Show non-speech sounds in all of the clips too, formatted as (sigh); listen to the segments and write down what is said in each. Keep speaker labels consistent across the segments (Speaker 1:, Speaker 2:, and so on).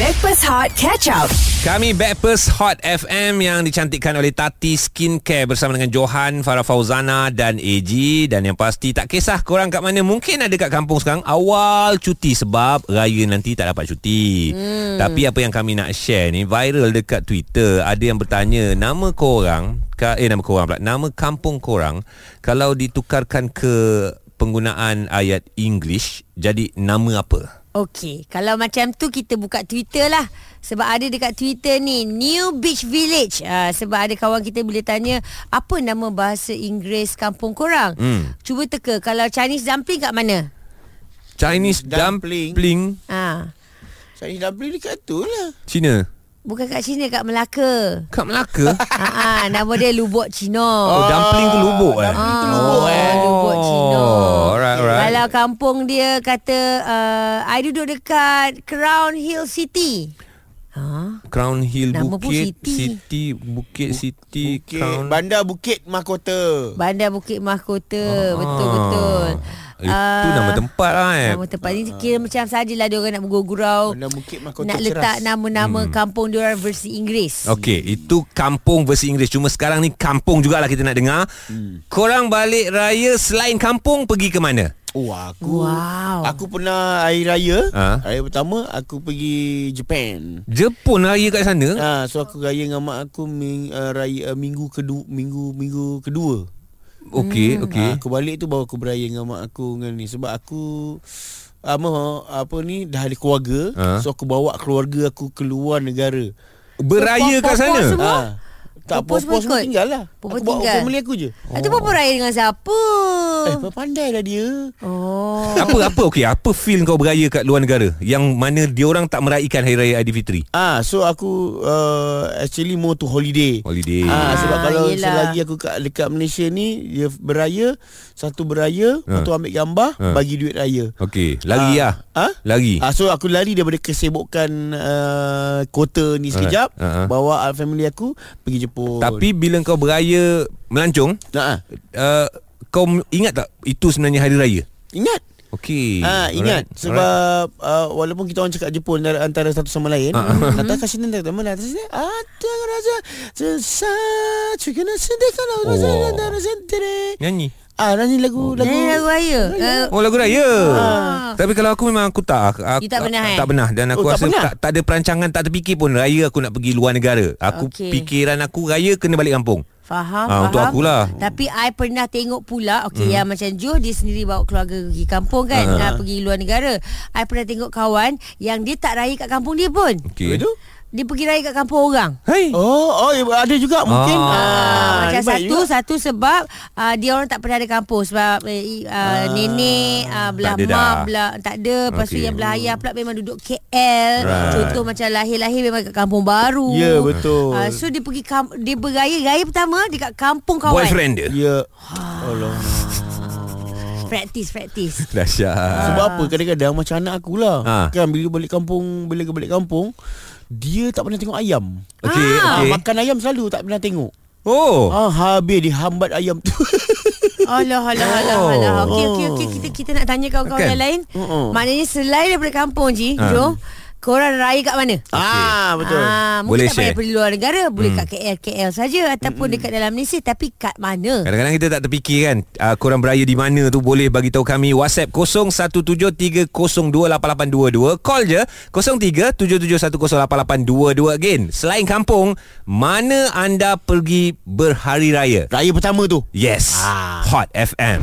Speaker 1: Backpass Hot Catch Up.
Speaker 2: Kami Backpers Hot FM yang dicantikkan oleh Tati Skincare bersama dengan Johan, Farah Fauzana dan AG dan yang pasti tak kisah korang kat mana mungkin ada kat kampung sekarang awal cuti sebab raya nanti tak dapat cuti. Hmm. Tapi apa yang kami nak share ni viral dekat Twitter ada yang bertanya nama korang ka- eh nama korang pula nama kampung korang kalau ditukarkan ke penggunaan ayat English jadi nama apa?
Speaker 3: Okey, kalau macam tu kita buka Twitter lah. Sebab ada dekat Twitter ni New Beach Village. Uh, sebab ada kawan kita bila tanya apa nama bahasa Inggeris kampung korang.
Speaker 2: Hmm.
Speaker 3: Cuba teka kalau Chinese dumpling kat mana?
Speaker 2: Chinese dumpling,
Speaker 4: Dumpling.
Speaker 2: dumpling
Speaker 3: Ha,
Speaker 4: Saya dah beli dekat tu lah
Speaker 2: Cina.
Speaker 3: bukan kat China kat
Speaker 2: (laughs)
Speaker 3: Melaka.
Speaker 2: Kat Melaka?
Speaker 3: Ha ah, nama dia lubuk Cina.
Speaker 2: Oh, dumpling tu lubuk eh.
Speaker 3: Ah,
Speaker 2: Oh,
Speaker 3: Dumpling tu lubuk, eh. Lubuk Cina.
Speaker 2: Alright, alright.
Speaker 3: Kalau kampung dia kata uh, I duduk dekat Crown Hill City. Ha,
Speaker 2: Crown Hill
Speaker 3: Nama pun
Speaker 2: Bukit
Speaker 3: city.
Speaker 2: City Bukit City
Speaker 4: Bukit,
Speaker 2: Crown
Speaker 4: Bandar Bukit Mahkota
Speaker 3: Bandar Bukit Mahkota.
Speaker 2: Ah.
Speaker 3: Betul-betul.
Speaker 2: Itu
Speaker 3: Ah,
Speaker 2: nama tempat lah eh.
Speaker 3: Nama tempat ni kira macam sajalah dia orang nak bergurau.
Speaker 4: Bandar Bukit Mahkota
Speaker 3: Nak
Speaker 4: Ceras.
Speaker 3: letak nama-nama hmm. kampung diorang versi Inggeris.
Speaker 2: Okey, itu kampung versi Inggeris. Cuma sekarang ni kampung jugalah kita nak dengar. Hmm. Korang balik raya selain kampung pergi ke mana?
Speaker 4: Oh aku
Speaker 3: Wow.
Speaker 4: Aku pernah hari raya
Speaker 2: Ha?
Speaker 4: ha? Hari pertama aku pergi Japan
Speaker 2: Jepun raya
Speaker 3: Hmm? Ah.
Speaker 2: kat sana.
Speaker 4: ha, So aku raya dengan mak aku ming, uh, raya, uh, minggu kedua Minggu minggu kedua
Speaker 2: Okey,
Speaker 3: Hmm.
Speaker 2: okey.
Speaker 4: ha, Aku balik tu baru aku beraya dengan mak aku dengan ni Sebab aku Ama apa ni dah ada keluarga
Speaker 2: Ha.
Speaker 4: ha? So aku bawa keluarga aku keluar negara
Speaker 2: Beraya kat sana.
Speaker 3: Semua?
Speaker 4: ha, Tak
Speaker 3: Papa semua
Speaker 4: apa-apa semua
Speaker 3: ikut?
Speaker 4: tinggal lah
Speaker 3: Papa
Speaker 4: Aku bawa
Speaker 3: tinggal?
Speaker 4: family aku je
Speaker 3: Oh. Itu pun raya dengan siapa?
Speaker 4: Eh pandai lah dia
Speaker 3: Oh.
Speaker 2: Apa apa okey, apa feel kau beraya kat luar negara yang mana diorang tak meraihkan Hari Raya Aidilfitri?
Speaker 4: Ah, so aku uh, actually more to holiday.
Speaker 2: Holiday.
Speaker 4: Ah, sebab
Speaker 3: Ah,
Speaker 4: kalau
Speaker 3: yelah.
Speaker 4: selagi aku kat, dekat Malaysia ni dia beraya, satu beraya,
Speaker 2: Ah.
Speaker 4: satu ambil gambar,
Speaker 2: Ah.
Speaker 4: bagi duit raya.
Speaker 2: Okey, lari
Speaker 4: Ah.
Speaker 2: lah.
Speaker 4: Ah?
Speaker 2: Lari.
Speaker 4: Ah, so aku lari daripada kesibukan uh, kota ni sekejap,
Speaker 2: Ah, ah.
Speaker 4: bawa uh, family aku pergi Jepun.
Speaker 2: Tapi bila kau beraya melancong,
Speaker 4: nah, ah.
Speaker 2: uh, kau ingat tak itu sebenarnya hari raya?
Speaker 4: ingat
Speaker 2: Okey.
Speaker 4: Ah
Speaker 2: Eh, Alright.
Speaker 4: ingat
Speaker 2: Ah,
Speaker 4: sebab uh, walaupun kita orang cakap Jepun dar- antara satu sama lain kata kasih nanti teman atas sini ada raja sesa cikana sini kalau raja
Speaker 2: Oh.
Speaker 4: ada
Speaker 2: Alright. nyanyi.
Speaker 4: ah nyanyi lagu lagu
Speaker 3: Nyanyi lagu raya. Uh,
Speaker 2: Oh lagu raya. Tapi kalau aku memang aku tak aku,
Speaker 3: You tak
Speaker 2: aku-
Speaker 3: pernah, eh?
Speaker 2: tak pernah dan aku
Speaker 4: Ah. Oh, tak
Speaker 2: rasa
Speaker 4: pernah?
Speaker 2: tak, tak ada perancangan tak terfikir pun raya aku nak pergi luar negara. Aku
Speaker 3: Okey.
Speaker 2: fikiran aku raya kena balik kampung.
Speaker 3: Faham,
Speaker 2: Ah,
Speaker 3: faham.
Speaker 2: untuk akulah. Hmm.
Speaker 3: Tapi I pernah tengok pula, okey yang macam Joe dia sendiri bawa keluarga pergi kampung kan, uh
Speaker 2: Ah.
Speaker 3: pergi luar negara. I pernah tengok kawan yang dia tak raya kat kampung dia pun.
Speaker 2: Okey.
Speaker 4: Itu?
Speaker 3: Dia pergi raya kat kampung orang.
Speaker 2: Hai.
Speaker 4: Eh, Oh, oh ya, ada juga mungkin.
Speaker 2: Ah.
Speaker 4: Ah,
Speaker 3: Macam
Speaker 4: hebat
Speaker 3: satu
Speaker 4: juga.
Speaker 3: satu sebab uh, dia orang tak pernah ada kampung sebab uh, uh, nenek uh, belah
Speaker 2: Ah, Tak ada
Speaker 3: mak
Speaker 2: dah.
Speaker 3: belah tak ada lepas tu
Speaker 2: Okey.
Speaker 3: yang belah ayah pula memang duduk KL
Speaker 2: Right.
Speaker 3: contoh macam lahir-lahir memang kat kampung baru
Speaker 4: Ya, betul.
Speaker 3: uh, so dia pergi kam- dia beraya raya pertama dekat kampung kawan
Speaker 2: Boyfriend dia.
Speaker 4: Ya.
Speaker 3: Ah. Oh.
Speaker 4: Allah.
Speaker 2: Oh.
Speaker 3: practice practice
Speaker 2: Dahsyat.
Speaker 4: Sebab apa kadang-kadang macam anak akulah.
Speaker 2: Ha.
Speaker 4: Kan bila balik kampung, bila balik kampung, dia tak pernah tengok ayam.
Speaker 3: Ah.
Speaker 2: Okey, okey.
Speaker 4: Okay. Makan ayam selalu tak pernah tengok.
Speaker 2: Oh.
Speaker 4: Ah, habis dihambat ayam
Speaker 2: (laughs)
Speaker 4: tu.
Speaker 3: Alah, alah, alah,
Speaker 2: Oh.
Speaker 3: alah. Okey, okey, okey. Kita, kita nak tanya kawan-kawan
Speaker 2: Kan?
Speaker 3: yang lain.
Speaker 4: Mm-mm.
Speaker 3: Maknanya selain daripada kampung, Ji,
Speaker 2: Ah.
Speaker 3: Jo, korang raya kat mana?
Speaker 4: Ah, betul.
Speaker 3: Ah, mungkin tak
Speaker 2: Boleh share? Hmm.
Speaker 3: payah pergi luar negara Boleh kat KL KL saja Ataupun
Speaker 4: Hmm.
Speaker 3: dekat dalam Malaysia Tapi kat mana
Speaker 2: Kadang-kadang kita tak terfikir kan uh, Korang beraya di mana tu Boleh bagi tahu kami WhatsApp 0173028822 Call je 0377108822 Again Selain kampung Mana anda pergi berhari raya
Speaker 4: Raya pertama tu.
Speaker 2: Yes
Speaker 4: Ah.
Speaker 2: Hot FM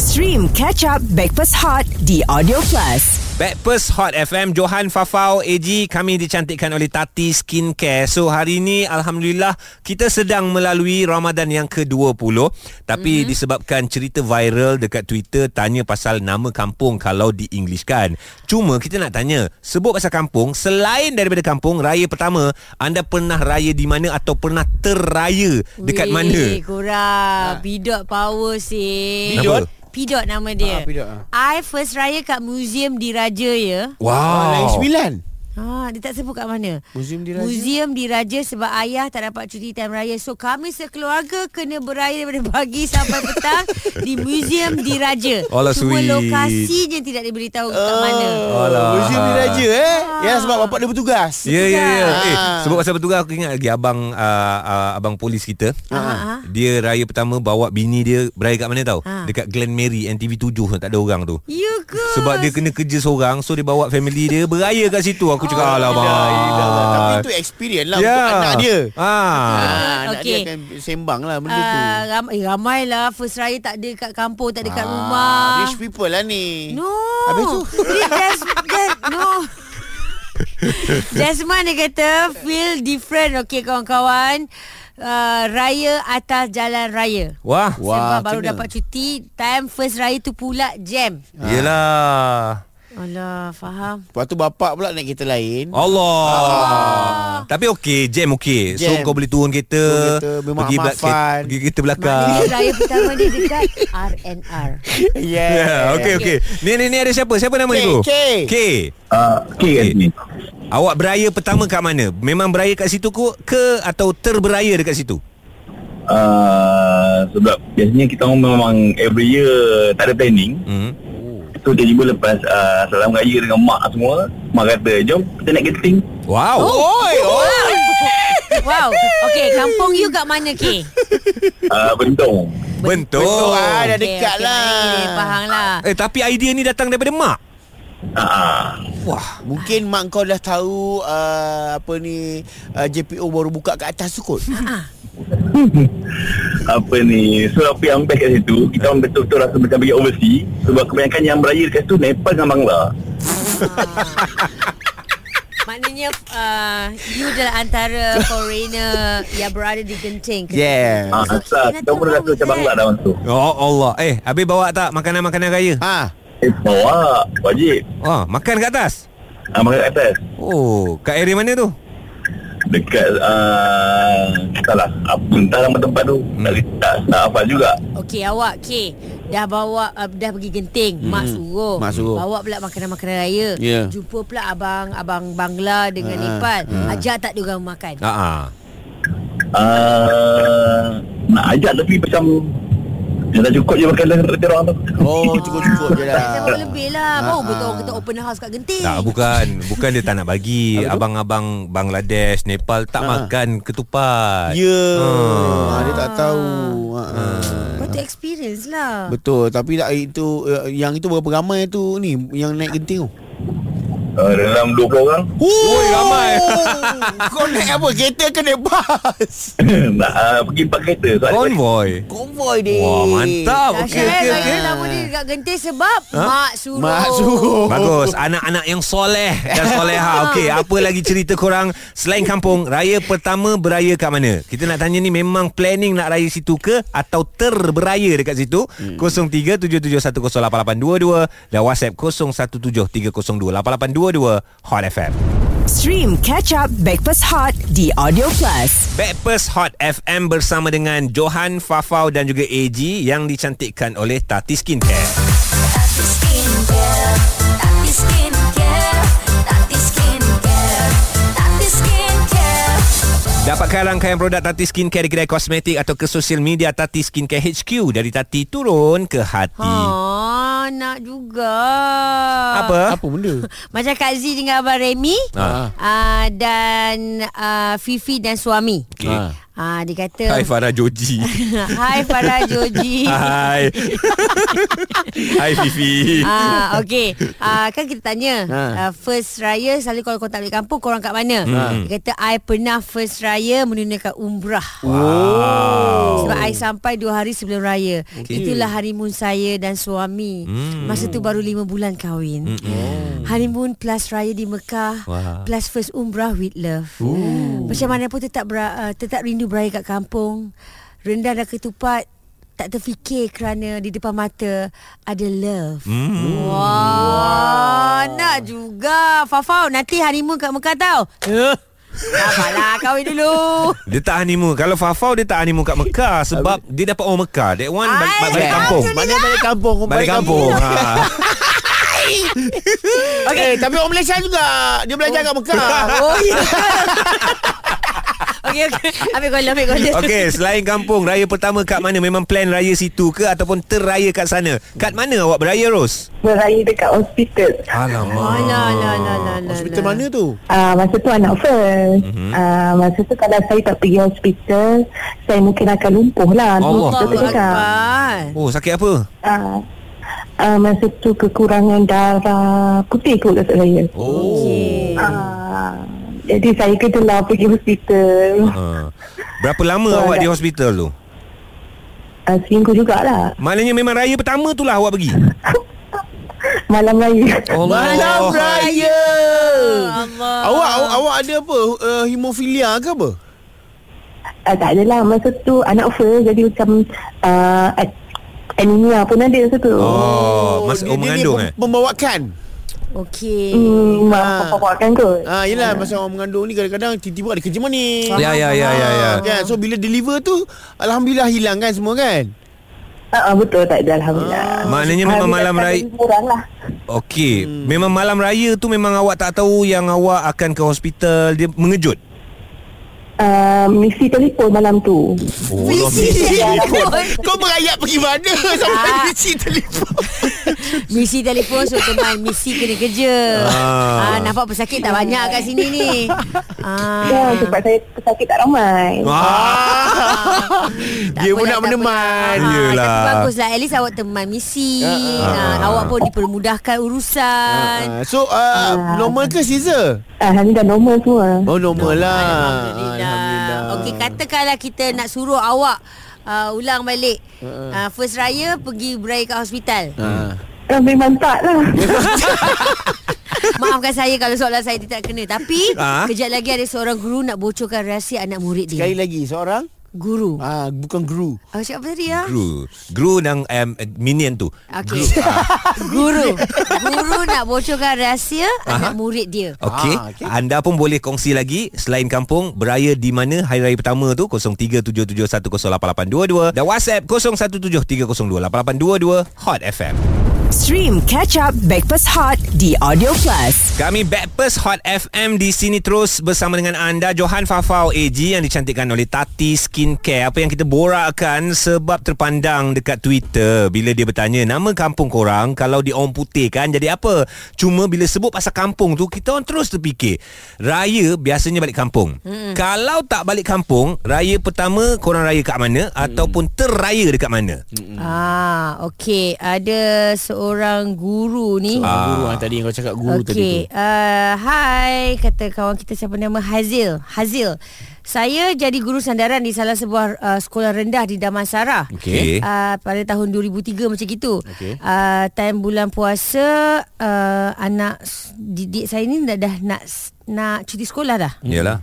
Speaker 1: Stream Catch Up Backpass Hot di Audio Plus.
Speaker 2: Backpast Hot FM Johan Fafau AG Kami dicantikkan oleh Tati Skincare So hari ini Alhamdulillah Kita sedang melalui Ramadan yang ke-20
Speaker 4: Mhm.
Speaker 2: Tapi mm-hmm. disebabkan cerita viral Dekat Twitter Tanya pasal nama kampung Kalau di-Englishkan Cuma kita nak tanya Sebut pasal kampung Selain daripada kampung Raya pertama Anda pernah raya di mana Atau pernah terraya Dekat
Speaker 3: Weh,
Speaker 2: mana
Speaker 3: Korang Eh,
Speaker 4: Ah.
Speaker 3: Pidot power sih
Speaker 2: Pidot?
Speaker 3: Pidot nama dia
Speaker 4: Ah, Pidot, ah.
Speaker 3: I first raya kat museum Diraja ya
Speaker 2: Wow
Speaker 4: Raya sembilan.
Speaker 3: Ha, dia tak sebut kat mana.
Speaker 4: Museum diraja.
Speaker 3: Museum diraja sebab ayah tak dapat cuti time raya. So kami sekeluarga kena beraya daripada (laughs) pagi sampai petang di Museum diraja.
Speaker 2: Alah,
Speaker 3: Cuma
Speaker 2: sweet.
Speaker 3: lokasinya tidak diberitahu
Speaker 4: Ah.
Speaker 3: kat mana. Ah.
Speaker 2: Alah.
Speaker 4: Museum diraja eh. Ya sebab bapak dia bertugas.
Speaker 2: Ya ya ya.
Speaker 4: Ah.
Speaker 2: Eh, sebab pasal bertugas aku ingat lagi abang uh, uh, abang polis kita.
Speaker 3: Ah.
Speaker 2: Dia raya pertama bawa bini dia beraya kat mana tau?
Speaker 3: Ah.
Speaker 2: Dekat Glen Mary NTV 7 tak ada orang tu.
Speaker 4: Ah,
Speaker 3: You go.
Speaker 2: Sebab dia kena kerja seorang So dia bawa family dia Beraya kat situ Aku
Speaker 4: Ah,
Speaker 2: cakap Alah bang
Speaker 4: Yelah, yelah lah. Tapi itu experience lah
Speaker 2: Ya.
Speaker 4: untuk anak dia.
Speaker 2: ah.
Speaker 4: Ah, anak
Speaker 3: Okey.
Speaker 4: dia akan sembang lah benda tu.
Speaker 3: Uh, ram, eh, ramai lah First raya tak ada kat kampung Tak ada kat rumah
Speaker 4: Rich people lah ni.
Speaker 3: No
Speaker 4: Habis tu?
Speaker 3: Dia just, just No Desmond dia kata Feel different Okay kawan-kawan uh, Raya atas jalan raya
Speaker 2: Wah,
Speaker 3: Sebab
Speaker 4: Wah,
Speaker 3: baru
Speaker 4: kena.
Speaker 3: dapat cuti Time first raya tu pula jam
Speaker 2: Yelah
Speaker 3: Alah faham
Speaker 4: Lepas tu bapak pula naik kereta lain.
Speaker 2: Allah. Tapi okey, jam okey. So
Speaker 4: Ah. Jam.
Speaker 2: kau boleh turun kereta,
Speaker 4: Turun kereta, memang
Speaker 2: pergi, belak-
Speaker 4: maafan.
Speaker 2: pergi kereta belakang.
Speaker 3: Maknanya raya pertama dia dekat RNR
Speaker 4: Yeah.
Speaker 2: (laughs) Ya, okey okey. Ni ni ni ada siapa? Siapa nama
Speaker 4: K,
Speaker 2: itu?
Speaker 4: K.
Speaker 2: K.
Speaker 5: Ah,
Speaker 2: Okey.
Speaker 5: okay, okay. Azmi.
Speaker 2: Awak beraya pertama kat mana? Memang beraya kat situ ko- ke atau terberaya dekat situ?
Speaker 5: Ah, sebab biasanya kita orang memang every year tak ada planning.
Speaker 2: Hmm.
Speaker 5: So tiba-tiba lepas ah, salam raya dengan mak semua, mak kata, "Jom kita naik getting."
Speaker 2: Wow. oh.
Speaker 4: Oi, oi.
Speaker 3: Wow Okay kampung you kat mana K?
Speaker 5: Ah, bentong.
Speaker 2: Bentuk.
Speaker 4: Betul lah,
Speaker 3: Okey,
Speaker 4: dah dekat
Speaker 3: okey,
Speaker 4: lah.
Speaker 3: baik, Faham lah
Speaker 2: Eh tapi idea ni datang daripada mak.
Speaker 5: Ah,
Speaker 2: Wah.
Speaker 4: Mungkin mak kau dah tahu uh, apa ni uh, JPO baru buka kat atas tu kot.
Speaker 5: apa ni? So apa yang best kat situ, kita orang betul-betul rasa macam pergi overseas sebab kebanyakan yang beraya kat situ Nepal dengan Bangla.
Speaker 3: Maknanya uh, You adalah antara Foreigner Yang berada di Genting
Speaker 4: Yeah.
Speaker 5: Ah, asal kita pun rasa macam Bangla dah waktu. tu.
Speaker 2: Ya Allah. Eh, habis bawa tak makanan-makanan raya?
Speaker 4: Ha.
Speaker 5: Eh, bawa wajib.
Speaker 2: Ah, makan kat atas.
Speaker 5: Ah, makan kat atas.
Speaker 2: Oh, kat area mana tu?
Speaker 5: Dekat ah, Entahlah apa, Entah nama tempat tu Tak, tak, tak apa juga
Speaker 3: Okay awak K Dah bawa uh, Dah pergi Genting hmm. Mak suruh
Speaker 4: Mak suruh.
Speaker 3: Bawa pula makanan-makanan raya
Speaker 4: Yeah.
Speaker 3: Jumpa pula abang Abang Bangla Dengan
Speaker 4: Ah,
Speaker 3: Nepal Ajak tak diorang makan
Speaker 2: Ha ah.
Speaker 5: uh, Nak ajak tapi macam Dia tak cukup je makan Dia orang tu (laughs)
Speaker 4: Oh, cukup-cukup je
Speaker 3: Tak
Speaker 4: dah.
Speaker 3: sama lebih lah Baru
Speaker 4: Ah,
Speaker 3: betul
Speaker 4: ah.
Speaker 3: orang kata open house kat Genting
Speaker 2: Tak bukan, bukan dia tak nak bagi.
Speaker 4: Apa tu?
Speaker 2: Abang-abang Bangladesh, Nepal tak
Speaker 4: Ha.
Speaker 2: makan ketupat.
Speaker 4: Ya.
Speaker 2: Ah.
Speaker 4: Ah, dia tak tahu. Ha. Ah.
Speaker 3: Patut experience lah
Speaker 4: Betul, tapi tak itu eh, yang itu berapa ramai tu ni yang naik genting tu?
Speaker 5: uh, Dalam 20 orang (laughs)
Speaker 2: Oi, ramai. (laughs)
Speaker 4: Kau naik apa? Kereta ke naik bas?
Speaker 5: Nak uh, pergi empat kereta Soalan
Speaker 2: Oh, Konvoy.
Speaker 4: Konvoi dia.
Speaker 2: Wah, mantap. Okey,
Speaker 3: Dahsyat okay,
Speaker 2: okey, okey.
Speaker 3: okay. lama dia dekat Genting Sebab Mak suruh
Speaker 4: Mak suruh.
Speaker 2: Bagus (laughs) Anak-anak yang soleh Dan soleha Okey Apa lagi cerita korang Selain kampung Raya pertama Beraya kat mana Kita nak tanya ni Memang planning nak raya situ ke Atau terberaya dekat situ hmm. 0377108822 Dan whatsapp 0173028822 Hot FM
Speaker 1: Stream Catch Up Breakfast Hot The Audio Plus.
Speaker 2: Backpast Hot FM bersama dengan Johan, Fafau dan juga AG yang dicantikkan oleh Tati Skincare.
Speaker 6: Tati Skincare, Tati Skincare, Tati Skincare, Tati Skincare.
Speaker 2: Dapatkan rangkaian produk Tati Skincare di kedai kosmetik atau ke sosial media Tati Skincare HQ dari Tati turun ke hati.
Speaker 3: Ha, nak juga.
Speaker 2: Apa?
Speaker 4: Apa benda?
Speaker 3: Macam Kak Z dengan Abang Remy ha.
Speaker 2: Ah.
Speaker 3: uh, Dan uh, Fifi dan suami okay.
Speaker 4: Ah.
Speaker 3: uh, Dia kata
Speaker 2: Hai Farah (laughs) Joji.
Speaker 3: (laughs) Hai Farah Joji
Speaker 2: (laughs) Hai. Ha. Hai Fifi.
Speaker 3: Ah, okay ah, Kan kita tanya
Speaker 4: Ha.
Speaker 3: ah, First raya Selalu kalau kau tak balik kampung Korang kat mana
Speaker 2: Hmm.
Speaker 3: Dia kata I pernah first raya Menunaikan umrah
Speaker 2: Wow.
Speaker 3: Sebab I sampai dua hari sebelum raya okay. Itulah honeymoon saya dan suami
Speaker 2: Hmm.
Speaker 3: Masa tu baru lima bulan kahwin hmm. Honeymoon plus raya di Mekah
Speaker 2: Wah.
Speaker 3: Plus first umrah with love Ooh. Macam mana pun tetap, ber, uh, tetap rindu beraya kat kampung Rendah dan ketupat tak terfikir kerana di depan mata ada love. Mm. Wah, nak juga. Fafau, nanti honeymoon kat Mekah tau. Eh. Sabarlah kahwin dulu.
Speaker 2: Dia tak honeymoon. Kalau Fafau dia tak honeymoon kat Mekah sebab dia dapat orang Mekah. That one balik,
Speaker 3: Ai,
Speaker 2: lah. balik kampung. Ah.
Speaker 4: Mana balik kampung?
Speaker 2: Balik kampung. Ha.
Speaker 4: Okay. Eh, tapi orang Malaysia juga. Dia belajar kat Mekah.
Speaker 3: Oh ya Okey okey Ambil kola Ambil kola
Speaker 4: (laughs)
Speaker 2: Okey, selain kampung, raya pertama kat mana? Memang plan raya situ ke ataupun terraya kat sana? Kat mana awak beraya, Ros?
Speaker 7: Beraya dekat hospital
Speaker 2: Alamak.
Speaker 3: Alah alah alah alah
Speaker 4: Hospital mana tu?
Speaker 7: Uh, masa tu anak first mm-hmm. uh, Masa tu kalau saya tak pergi hospital Saya mungkin akan lumpuh lah
Speaker 2: Allah.
Speaker 7: Doktor
Speaker 3: Allahu
Speaker 7: cakap.
Speaker 3: Akbar
Speaker 2: Oh, sakit apa?
Speaker 7: Ah, ah, masa tu kekurangan darah putih kot kata saya.
Speaker 3: Okey
Speaker 7: Ah, jadi saya kenalah pergi hospital.
Speaker 2: Ha. Berapa lama
Speaker 7: So,
Speaker 2: awak
Speaker 7: ada-
Speaker 2: di hospital tu?
Speaker 7: Ah, seminggu jugalah.
Speaker 2: Maknanya memang raya pertama tu lah awak pergi.
Speaker 7: Malam raya.
Speaker 4: Malam Raya.
Speaker 3: Allah
Speaker 4: Awak, awak, awak ada apa? Uh, hemofilia ke apa?
Speaker 7: Ah, tak adalah. Masa tu anak first jadi macam ah, a- anemia pun ada masa tu.
Speaker 2: Oh, masa oh
Speaker 4: dia- dia
Speaker 2: mengandung
Speaker 4: ni
Speaker 2: eh.
Speaker 4: pem- Pembawakan.
Speaker 3: Okey
Speaker 7: Hmm, mak
Speaker 4: Ah.
Speaker 7: papa kan kot.
Speaker 4: Ah,
Speaker 3: Ya.
Speaker 4: yelah masa orang mengandung ni kadang-kadang tiba-tiba ada kerja manis.
Speaker 2: Ya ya ya ya ya.
Speaker 4: Kan? So bila deliver tu Alhamdulillah hilang kan semua kan
Speaker 7: Ah, ah, betul tak ada alhamdulillah.
Speaker 2: Ah. Maknanya memang
Speaker 7: Alhamdulillah,
Speaker 2: malam
Speaker 7: tak ada
Speaker 2: raya-
Speaker 7: lebih kurang lah.
Speaker 2: Okey, hmm. memang malam raya tu memang awak tak tahu yang awak akan ke hospital, dia mengejut.
Speaker 7: Ah, misi telefon malam tu.
Speaker 2: Oh,
Speaker 3: Misi telefon
Speaker 4: (laughs) Kau merayap pergi mana
Speaker 3: Ah.
Speaker 4: Sampai ah. misi telefon
Speaker 3: Misi telefon So teman Misi kena kerja ah.
Speaker 2: Ah.
Speaker 3: Nampak pesakit tak banyak kat sini ni ah.
Speaker 7: Ya, sebab saya pesakit tak ramai.
Speaker 2: Ah,
Speaker 4: Dia
Speaker 3: apalah,
Speaker 4: pun nak
Speaker 3: tak
Speaker 4: meneman.
Speaker 3: apalah. Ah,
Speaker 2: Yelah.
Speaker 3: Tapi baguslah At least awak teman misi ah. Awak pun dipermudahkan urusan
Speaker 4: Ah, So uh, Normal ke Caesar
Speaker 7: Ah, Hani dah normal semua.
Speaker 4: Oh normal lah
Speaker 3: Alhamdulillah. Alhamdulillah. Okey, katakanlah kita nak suruh awak uh, ulang balik. Uh, first raya pergi beraya kat hospital. (laughs)
Speaker 7: Ah,
Speaker 4: Ah.
Speaker 7: memang tak lah.
Speaker 3: Maafkan saya kalau soalan saya tidak kena. Tapi
Speaker 2: Ah.
Speaker 3: kejap lagi ada seorang guru nak bocorkan rahsia anak murid dia.
Speaker 4: Sekali lagi seorang
Speaker 3: Guru.
Speaker 4: ah, Bukan guru
Speaker 3: Oh, siapa tadi ya?
Speaker 2: Gru. Gru dan um, minion tu.
Speaker 3: Okey. (laughs)
Speaker 4: Ah.
Speaker 3: Guru. Guru nak bocorkan rahsia anak murid dia.
Speaker 2: Okey,
Speaker 4: Ah, okey.
Speaker 2: okay. anda pun boleh kongsi lagi selain kampung beraya di mana hari raya pertama tu 0377108822 dan WhatsApp 0173028822 Hot FM.
Speaker 1: Stream Catch Up Backpass Hot di Audio Plus.
Speaker 2: Kami Backpast Hot FM di sini terus bersama dengan anda Johan Fafau AG yang dicantikkan oleh Tati Skincare. Apa yang kita borakkan sebab terpandang dekat Twitter bila dia bertanya nama kampung korang kalau di orang putih kan jadi apa? Cuma bila sebut pasal kampung tu kita orang terus terfikir raya biasanya balik kampung. Hmm. Kalau tak balik kampung, raya pertama korang raya kat mana hmm. ataupun terraya dekat mana?
Speaker 4: Hmm.
Speaker 3: Ah, okey. Ada seorang guru ni.
Speaker 4: ah. Guru ah, tadi yang kau cakap guru tadi tu
Speaker 3: Okey, uh, hai kata kawan kita siapa nama Hazil. Hazil. Saya jadi guru sandaran di salah sebuah uh, sekolah rendah di Damansara.
Speaker 2: Okey.
Speaker 3: Uh, pada tahun 2003 macam gitu. Okay. Uh, time bulan puasa uh, anak s- didik saya ni dah, dah nak s- nak cuti sekolah dah.
Speaker 2: Yalah.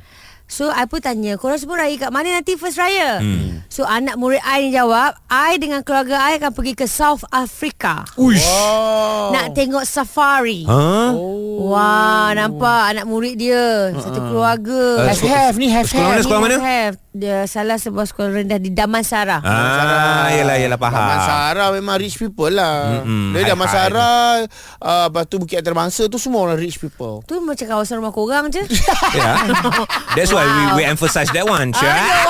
Speaker 3: So I pun tanya Korang semua raya kat mana nanti first raya hmm. So anak murid I ni jawab I dengan keluarga I akan pergi ke South Africa
Speaker 2: Uish.
Speaker 4: Oh
Speaker 3: Nak tengok safari
Speaker 2: Ha?
Speaker 3: Wah, nampak anak murid dia, satu keluarga.
Speaker 2: Eh,
Speaker 4: Have have ni have
Speaker 2: sekolah mana,
Speaker 4: have
Speaker 2: sekolah mana?
Speaker 3: Have. Dia salah sebuah sekolah rendah di Damansara.
Speaker 2: Ah, yalah yalah faham.
Speaker 4: Masara memang rich people lah
Speaker 2: Mm-mm.
Speaker 4: mm Dia dah
Speaker 2: Hai-hai.
Speaker 4: Masara uh, Lepas tu Bukit Antarabangsa tu Semua orang rich people
Speaker 3: Tu macam kawasan rumah korang je.
Speaker 2: Yeah. Ya. That's why we, we emphasize that one. Syah.
Speaker 3: Aduh, orang dia.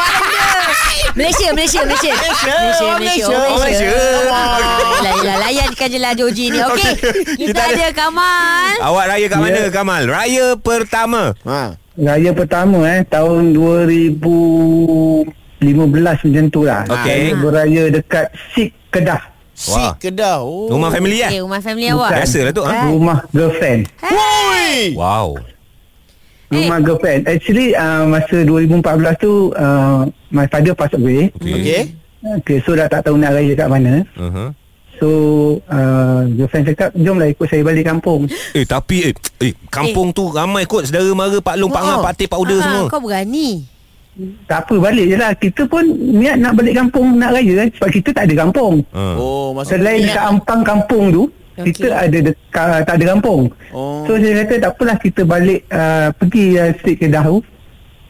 Speaker 3: Malaysia, Malaysia, Malaysia. Malaysia, Malaysia. Oh, Malaysia. Yelah, yelah, layankan je lah Joji ni. Okey, kita,
Speaker 2: Kita
Speaker 3: ada
Speaker 2: ada-
Speaker 3: Kamal.
Speaker 2: Awak raya kat mana Kamal? Raya pertama.
Speaker 4: ha.
Speaker 8: Raya pertama eh tahun 2015 macam tu lah.
Speaker 2: Okey.
Speaker 8: Saya beraya dekat Sik Kedah.
Speaker 2: Wah.
Speaker 4: Sik Kedah oh.
Speaker 2: Rumah family
Speaker 3: Eh,
Speaker 2: eh?
Speaker 3: rumah family awak.
Speaker 2: Biasalah tu ha?
Speaker 8: Rumah girlfriend.
Speaker 4: Woi
Speaker 2: Wow.
Speaker 8: Rumah girlfriend. Actually uh, masa 2014 tu uh, my father passed away.
Speaker 4: Okay
Speaker 8: Okay so dah tak tahu nak raya kat mana.
Speaker 2: Uh-huh.
Speaker 8: So uh, girlfriend cakap jomlah ikut saya balik kampung.
Speaker 2: Eh tapi eh, eh kampung eh. tu ramai kot saudara mara Pak Long, Pak Ngah, Pak Teh, lah, Pak Uda
Speaker 3: Ah,
Speaker 2: semua.
Speaker 3: Kau berani.
Speaker 8: Tak apa balik je lah. Kita pun niat nak balik kampung nak raya kan sebab kita tak ada kampung.
Speaker 2: Ha.
Speaker 4: Oh masa
Speaker 8: Selain dekat Ampang kampung tu
Speaker 3: Okey.
Speaker 8: okay. Kita ada dekat, tak ada kampung
Speaker 4: Oh.
Speaker 8: oh. So saya kata tak apalah kita balik uh, Pergi uh, straight ke Dahu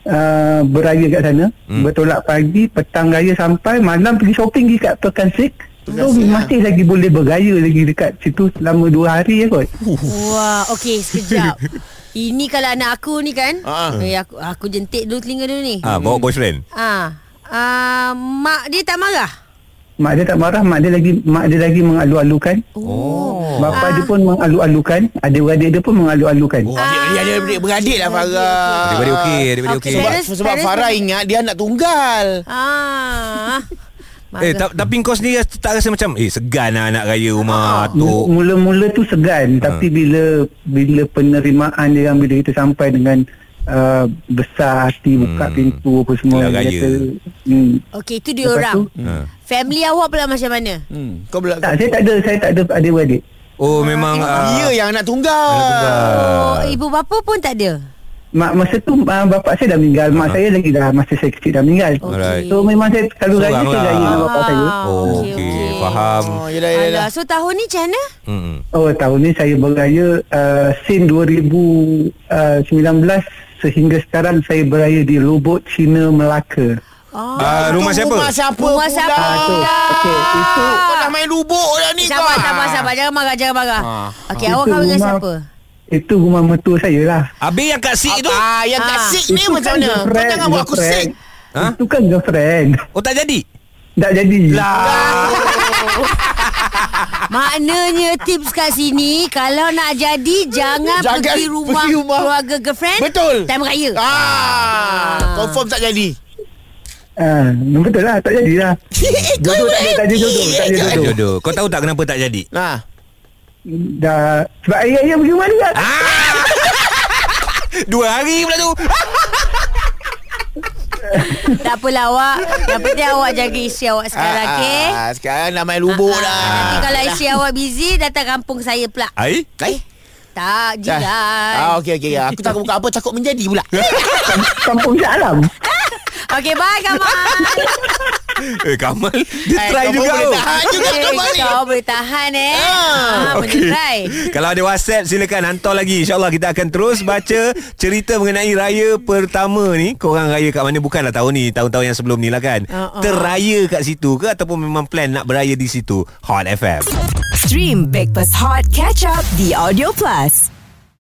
Speaker 8: uh, Beraya kat sana hmm. Bertolak pagi Petang raya sampai Malam pergi shopping pergi kat Pekan Sik So masih lagi boleh bergaya lagi dekat situ selama 2 hari ya kot.
Speaker 3: Wah, okey
Speaker 2: (laughs)
Speaker 3: sekejap. Ini kalau anak aku ni kan.
Speaker 4: Ah.
Speaker 3: Eh, aku, aku jentik dulu telinga dulu ni.
Speaker 2: Ah, bawa boyfriend.
Speaker 3: Ah. Ah, mak dia tak marah.
Speaker 8: Mak dia tak marah, mak dia lagi mak dia lagi mengalu-alukan.
Speaker 2: Oh.
Speaker 8: Bapa dia pun mengalu-alukan, adik-adik dia pun mengalu-alukan.
Speaker 4: Oh, adik, adik, adik, adik beradik lah Farah.
Speaker 2: Daripada okey, daripada
Speaker 3: Okey,
Speaker 2: okey. eh,
Speaker 4: Sebab,
Speaker 3: Parents-
Speaker 4: sebab
Speaker 3: parents-
Speaker 4: Farah ingat dia anak tunggal.
Speaker 3: Ah.
Speaker 2: (laughs) Eh, ta- tapi kau sendiri rasa- tak rasa macam eh segan lah anak raya rumah
Speaker 8: Mu-
Speaker 2: tu.
Speaker 8: Mula-mula tu segan ha. tapi bila bila penerimaan dia yang bila kita sampai dengan uh, besar hati buka
Speaker 2: Hmm.
Speaker 8: pintu apa semua
Speaker 2: Gelar
Speaker 8: dia
Speaker 2: raya.
Speaker 8: hmm,
Speaker 3: Okey, itu dia
Speaker 8: Lepas
Speaker 3: orang.
Speaker 8: tu?
Speaker 2: Hmm.
Speaker 3: Family awak pula macam mana?
Speaker 4: Hmm. Kau belak.
Speaker 8: tak saya tak ada saya tak ada adik-adik.
Speaker 2: Oh, memang ah,
Speaker 4: Dia yang anak tunggal.
Speaker 2: anak tunggal.
Speaker 3: Oh, ibu bapa pun tak ada.
Speaker 8: Mak masa tu uh, bapak saya dah meninggal, mak saya lagi dah masa saya kecil dah meninggal.
Speaker 2: Ha. Alright.
Speaker 8: So memang saya kalau raya
Speaker 2: Seorang
Speaker 8: saya
Speaker 2: lah.
Speaker 8: raya dengan bapak saya.
Speaker 2: Oh, okey, okay. faham.
Speaker 4: Oh, yelah, yelah, yelah.
Speaker 3: Ah, Alah, so tahun ni macam mana?
Speaker 2: Hmm.
Speaker 8: Oh tahun ni saya beraya uh, sin 2019 sehingga sekarang saya beraya di Lubuk Cina Melaka.
Speaker 3: Oh.
Speaker 2: Ah, rumah siapa?
Speaker 4: Rumah siapa?
Speaker 3: Rumah
Speaker 4: pula?
Speaker 3: siapa? Ah,
Speaker 8: Ah, tu. Okey, itu
Speaker 4: Kau dah main lubuk dah ni
Speaker 3: Sabar,
Speaker 4: kau.
Speaker 3: sabar, sabar. Jangan marah, jangan marah.
Speaker 4: Ah.
Speaker 3: Okey,
Speaker 8: Itu
Speaker 3: awak kahwin dengan
Speaker 8: rumah-
Speaker 3: siapa?
Speaker 8: itu rumah mertua saya lah.
Speaker 2: Habis yang kat sik tu?
Speaker 4: Ah, yang kat
Speaker 3: Ah.
Speaker 4: sik ni
Speaker 8: kan
Speaker 4: macam mana? Kau
Speaker 8: girlfriend,
Speaker 4: jangan buat aku
Speaker 8: girlfriend.
Speaker 4: sik.
Speaker 2: Ha?
Speaker 8: Itu kan girlfriend.
Speaker 2: Oh, tak jadi.
Speaker 8: Tak jadi.
Speaker 4: Lah. (laughs)
Speaker 3: Maknanya tips kat sini Kalau nak jadi Jangan,
Speaker 4: Jangan
Speaker 3: pergi rumah,
Speaker 4: pergi rumah.
Speaker 3: Keluarga girlfriend
Speaker 4: Betul.
Speaker 3: Time raya
Speaker 4: Ah, confirm tak jadi.
Speaker 8: Ah, betul lah, tak jadilah. Jodoh tak ada, tak ada jodoh, tak
Speaker 2: (laughs)
Speaker 8: ada
Speaker 2: Tak
Speaker 8: jodoh.
Speaker 2: jodoh. Kau tahu tak kenapa tak jadi?
Speaker 4: Nah.
Speaker 8: Dah sebab ayah-ayah lah? pergi rumah dia.
Speaker 4: Ah.
Speaker 2: Dua hari pula tu.
Speaker 3: Tak apalah awak Yang penting awak jaga isteri awak sekarang
Speaker 4: Ah,
Speaker 3: okay?
Speaker 4: ah, Sekarang dah main lubuk dah.
Speaker 3: Nanti kalau isteri awak busy Datang kampung saya pula
Speaker 2: Ai?
Speaker 4: Eh?
Speaker 3: Tak
Speaker 4: dah. Ah,
Speaker 3: jiran
Speaker 4: okey okey. Aku tak buka apa cakap menjadi
Speaker 8: (laughs)
Speaker 4: pula.
Speaker 8: Kampung Shah Alam.
Speaker 3: Okay bye Kamal
Speaker 2: Eh, Kamal. Dia
Speaker 4: Eh,
Speaker 2: try
Speaker 4: kau
Speaker 2: juga.
Speaker 4: pun boleh
Speaker 2: tau.
Speaker 4: tahan juga kau
Speaker 3: Eh,
Speaker 4: balik.
Speaker 3: Kau boleh tahan eh ah, Boleh
Speaker 2: Okey.
Speaker 3: try
Speaker 2: Kalau ada WhatsApp silakan hantar lagi. InsyaAllah kita akan terus baca cerita mengenai raya pertama ni. Korang raya kat mana bukanlah tahun ni, tahun-tahun yang sebelum ni lah kan.
Speaker 3: Ah, ah.
Speaker 2: Terraya kat situ ke ataupun memang plan nak beraya di situ. Hot FM.
Speaker 1: Stream Breakfast Hot Catch Up The Audio Plus.